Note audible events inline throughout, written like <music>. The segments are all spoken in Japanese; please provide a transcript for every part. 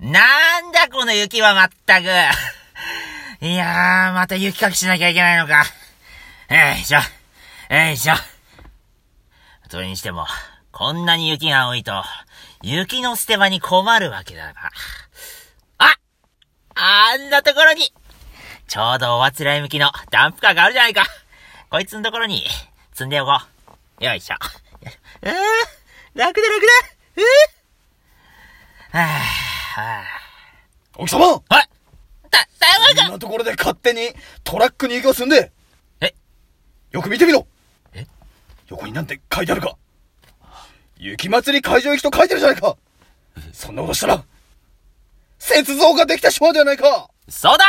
なんだこの雪はまったく。 <laughs> いやー、また雪かきしなきゃいけないのか。えいしょ。えいしょ。それにしても、こんなに雪が多いと、雪の捨て場に困るわけだな。ああんなところに、ちょうどおあつらい向きのダンプカーがあるじゃないか。こいつのところに、積んでおこう。よいしょ。えー、楽だ楽だえー、はぁ、はお貴様ぁ、はいた、台こ湾んかなところで勝手にトラックに行きをすんでえよく見てみろえ横になんて書いてあるか雪祭り会場行きと書いてるじゃないかそんなことしたら、雪像ができてしまうじゃないかそうだ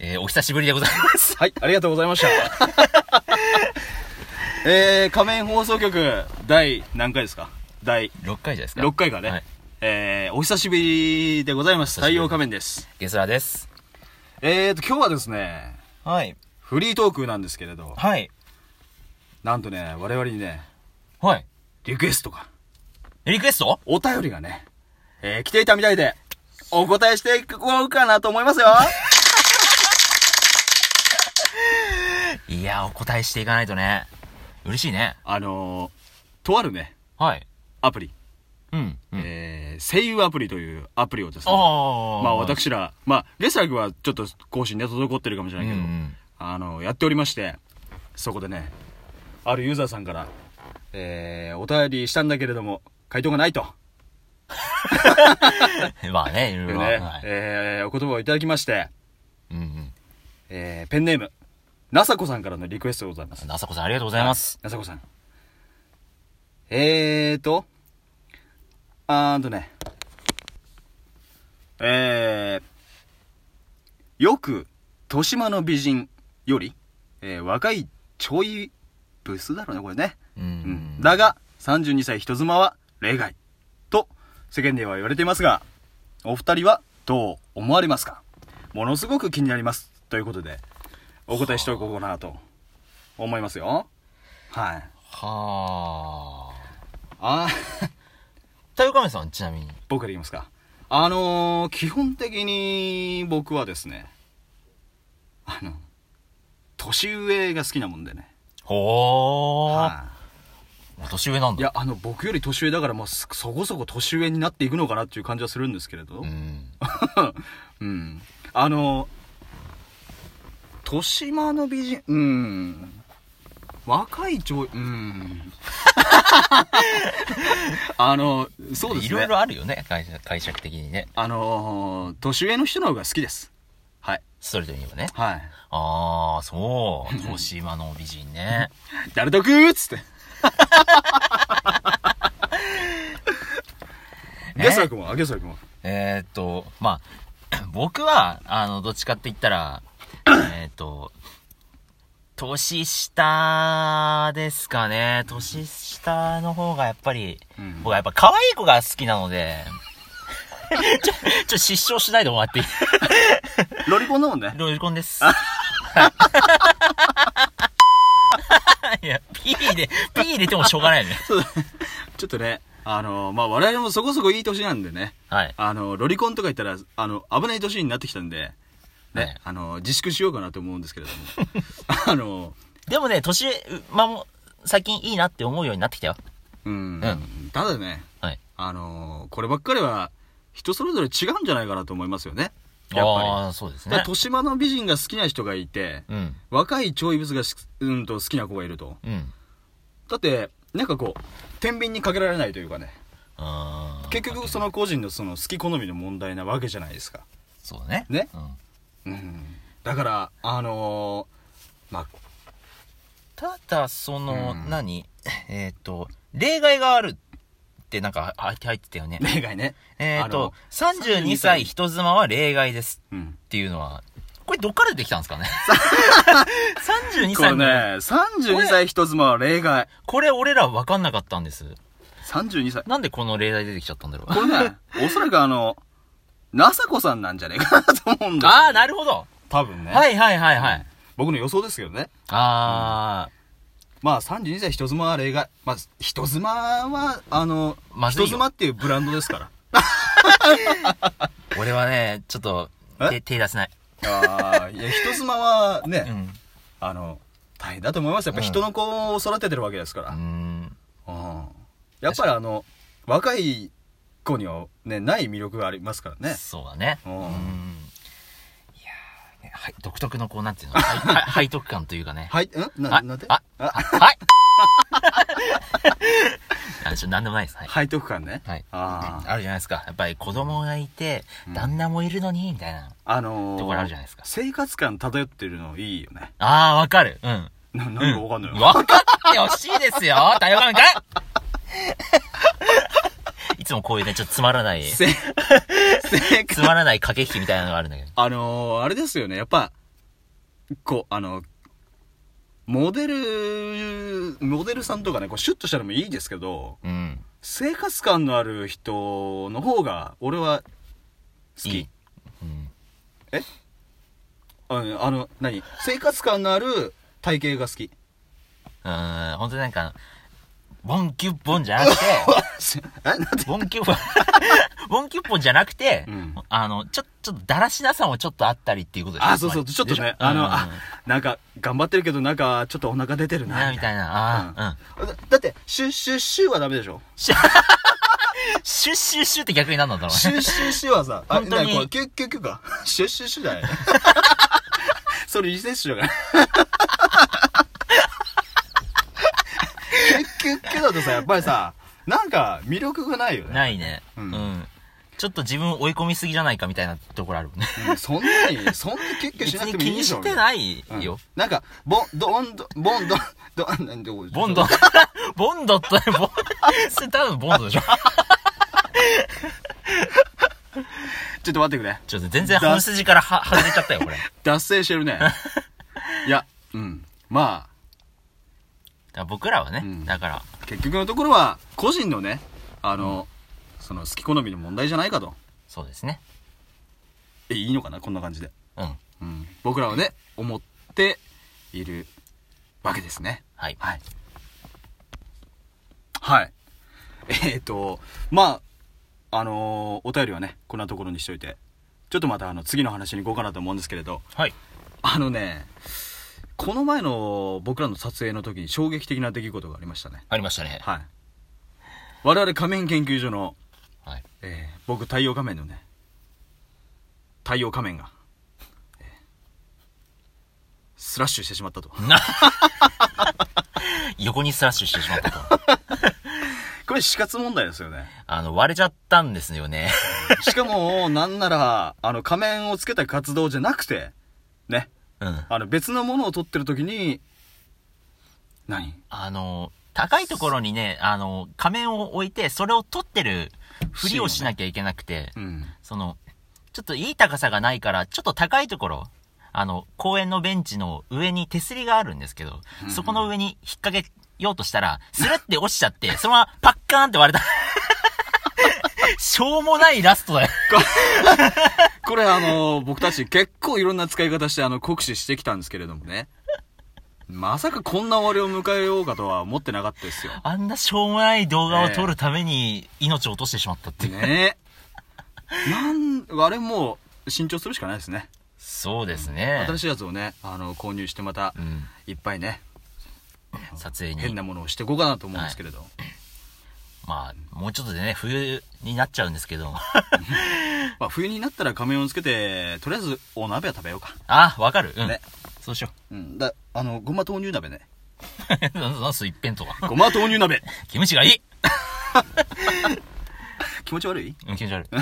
ーえー、お久しぶりでござい <laughs> ます。はい、ありがとうございました。えー、仮面放送局、第何回ですか第6回じゃないですか。 6回かね。はいえー、お久しぶりでございま久す。しぶ太り陽仮面です。ゲスラです。えーと、今日はですね、はい。フリートークなんですけれど、はい。なんとね、我々にね、はい。リクエストが、リクエストお便りがね、えー、来ていたみたいで、お答えしていこうかなと思いますよ。いや、お答えしていかないとね。嬉しいね。あのー、とあるね、はい。アプリ、うん。うん、えー、声優アプリというアプリをですね、ああ。まあ。私ら、まあ、レスラグはちょっと更新で滞ってるかもしれうなんいうけど、ん。あの、やっておりまして、そこでね、あるユーザーさんから、えー、お便りしたんだけれども、回答がないと、 <laughs> まあね、いろいいうろ。ね、はい。えー、お言葉をいただきまして、うんえー、ペンネーム、なさこさんからのリクエストでございますう。ん。あさこさんありがとうございます。なさこさん。えーと、あーんとね、えー、よく、豊島の美人より、えー若いちょいブスだろうね、これね。うんうんだが、32歳人妻は例外。と、世間では言われていますが、お二人はどう思われますかものすごく気になります。ということで、お答えしておこうかなと、思いますよ。はい。はあーあ。太陽亀さん、ちなみに。僕から言いますか。あのー、基本的に僕はですね、あの、年上が好きなもんでね。ほー。はいお年上なんだ。いや、あの、僕より年上だから、まあ、そそこそこ年上になっていくのかなっていう感じはするんですけれどう。ん。うん。あの、豊島の美人、うん。若い女優、うん。 <laughs> あの、そうですね。いろいろあるよね、解釈解釈的にね。あの、年上の人の方が好きです。はい。ストレートに言えばね。はい。ああ、そう。豊島の美人ね。誰得っつって。ゲスラ君は、ゲスラ君は。えーっと、まあ、 <clears throat> 僕は、あの、どっちかって言ったら、えーっと、年下ですかね。年下の方がやっぱり、うん僕はやっぱ可愛い子が好きなので、 <laughs> ちょ、ちょ、失笑しないでもらっていいロリコンだもんね。ロイコン <laughs> です。いや、P で、P 入れてもしょうがないね。そうだねちょっとね、あの、まあ、我々もそこそこいい年なんでね、はい。あの、ロリコンとか言ったら、あの、危ない年になってきたんで、ね、はいあの、自粛しようかなと思うんですけれども、 <laughs> あの、でもね、年、まあ、もう最近いいなって思うようになってきたよ。うん、うんただね、はい。あの、こればっかりは、人それぞれ違うんじゃないかなと思いますよね。やっあぱあ、そうですり。だからね。豊島の美人が好きな人がいて、うん。若い超異物がしうんと好きな子がいると。うん。だって、なんかこう、天秤にかけられないというかね、あー結局その個人のその好き好みの問題なわけじゃないですか。そうだね。ねうん。うんだからあのー、まあただ、その、うん何 <laughs> えっ、と、例外があるってなんかは入ってたよね。例外ねえっ、あのと、32歳人妻は例外ですうんっていうのは、これどっから出てきたんですか <laughs> ね ?32 これ歳ねの、 32歳人妻は例外これ俺ら分かんなかったんです。 32歳なんでこの例題出てきちゃったんだろう。これ <laughs> ねおそらくあのなさこさんなんじゃねえかなと思うんだああ、ななるほど。多分ねはいはいはいはい。僕の予想ですけどねああ、まあ32歳人妻は例外。まあ、人妻は、あの、まずい人よ妻っていうブランドですから。俺はね、ちょっと、え手、手出せない。 <laughs> ああ、いや、人妻はね、うん。あの、大変だと思いますよ。やっぱ人の子を育ててるわけですから。うーん。うんやっぱりあの、若い子にはね、ない魅力がありますからね。そうだね。ううんん。いやーねはい、独特のこう、なんていうの、はいはい <laughs> 背徳感というかね。はい、んな、あなんでああ、はい <laughs> あちょなんでもないです。はい。背徳感ね。はい。ああ。あるじゃないですか。やっぱり子供がいて、旦那もいるのに、みたいな。あのー、ところあるじゃないですか生活感漂ってるのいいよね。ああ、わかる。うん。な、なんかわかんない、わかってほしいですよ台湾か <laughs> いいつもこういうね、ちょっとつまらない、せ <laughs> 生つ活、まらない駆け引きみたいなのがあるんだけど。あのー、あれですよね。やっぱ、こう、あの、モデル、モデルさんとかね、こうシュッとしたのもいいですけど、うん。生活感のある人の方が、俺は、好き。いいうん。うん、あの、何生活感のある体型が好き。うーん、ほんとなんか、ボンキュッボンじゃなくて、 <laughs> えなんてボンキュッボン、 <laughs> ボンキュッボンじゃなくて、うんあの、ちょ、ちょっとだらしなさもちょっとあったりっていうことでしょあ、そうそう、つちょまっりとね、でしょあうの、んあ、なんか、頑張ってるけど、なんか、ちょっとお腹出てるな、な、みみたたいいな。な。ああ、うん。だだって、シュッシュッシュはダメでしょシュッシュッシュって逆になんなんだろシうュね。ッシュッシュはさ、あ、本当に何これ、キュッキュッキュッか。シュッシュッシュじゃないそれ、リセッシュだから。キュッキュッキュだとさ、やっぱりさ、なんか、魅力がないよね。ないね。ううんん。ちょっと自分追い込みすぎじゃないかみたいなところあるもんね。うんそんなに、そんなキュッキュッ別しなくにてもい気いでにししょ。てないよ。なんか、ボン、ドン、ドボ <laughs> ン、ドン、ドン、なんでボ <laughs> ンド。ちょっと。ボンドって、ボン、それ多分ボンド <laughs> でしょ。ちょっと待ってくれ。ちょっと全然本筋からは外れちゃったよ、 <laughs> これ。だか脱線してる <laughs> ね。いや、うん。まら僕らはね、うんだから、あ、結局のところは、個人のね、あの、その好き好みの問題じゃないかと。そうですね。え、いいのかなこんな感じで。うん。うん。僕らはね、思っているわけですね。はい。はい。はい。えっ、と、まあ、あのーお便りはね、こんなところにしといて、ちょっとまたあの、次の話に行こうかなと思うんですけれど、はい。あのね、この前の僕らの撮影の時に衝撃的な出来事がありましたね。ありましたね。はい。我々仮面研究所の、はい。えー僕太陽仮面のね、太陽仮面が、えースラッシュしてしまったと。 <laughs> 横にスラッシュしてしまった <laughs> と。これ死活問題ですよね。あの、割れちゃったんですよね。 <laughs> しかも、なんなら、あの、仮面をつけた活動じゃなくて、ね、うん。あの、別のものを撮ってる時に、何あの、高いところにね、あの、仮面を置いて、それを取ってるふりをしなきゃいけなくて、うん。その、ちょっといい高さがないから、ちょっと高いところ、あの、公園のベンチの上に手すりがあるんですけど、そこの上に引っ掛けようとしたら、スルって落ちちゃって、 <laughs> そのままパッカーンって割れた。 <laughs> しょうもないラストだよ。これあの、僕たち結構いろんな使い方してあの、酷使してきたんですけれどもね。まさかこんな終わりを迎えようかとは思ってなかったですよ。あんなしょうもない動画を撮るために命を落としてしまったっていう。ねえ。なん、あれもう、新調するしかないですね。そうですね。新しいやつをね、あの、購入してまたう、ん。いっぱいね、撮影変に。なものをしていこうかなと思うんですけれど。まあ、もうちょっとでね、冬になっちゃうんですけど。 <laughs> まあ、冬になったら仮面をつけて、とりあえずお鍋は食べようか。あ、わかる。うん。ねそうしようん。だ、あの、ごま豆乳鍋ね。う。 <laughs> なす一辺とか。ごま豆乳 <laughs> 鍋キムチがいい気持ち悪いうん、気持ち悪い。 <laughs>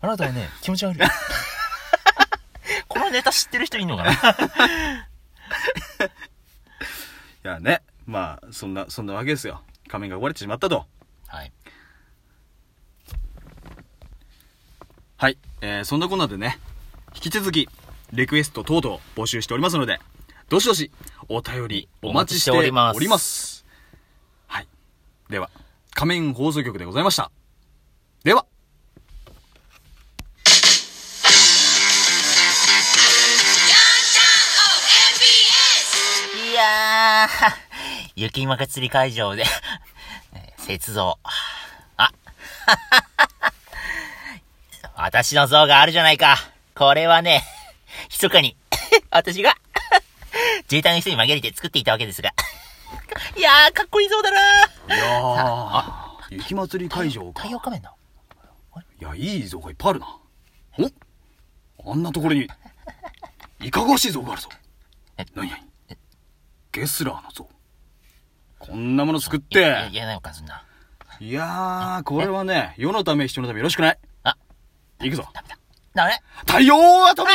あなたはね、気持ち悪い。 <laughs> このネタ知ってる人いんのかないやね、まあ、そんな、そんなわけですよ。仮面が壊れてしまったと。 <laughs> はい。はい。えー、そんなこんなでね、引き続き、リクエスト等々募集しておりますので、どしどし、お便りお待ちしております。お待ちしておりまはい。では、仮面放送局でございました。では、 Downtown OMBS! なあ雪まか釣り会場で、 <laughs> 雪像。あ、 <laughs> 私の像があるじゃないか。これはね、密かに、 <laughs> 私が、自衛隊の人に紛れて作っていたわけです <laughs> が。いやー、かっこいい像だなーいやー、雪祭り会場か。太い陽仮面だ。や、いい像がいっぱいあるな。おあんなところに、いかがわしい像があるぞえ。なになにゲスラーの像。こんなもの作っいや、いて。や、なんかそんな。いやー、これはね、世のため人のためよろしくない。あ、行くぞ。ダメだ。ダメ太陽アトム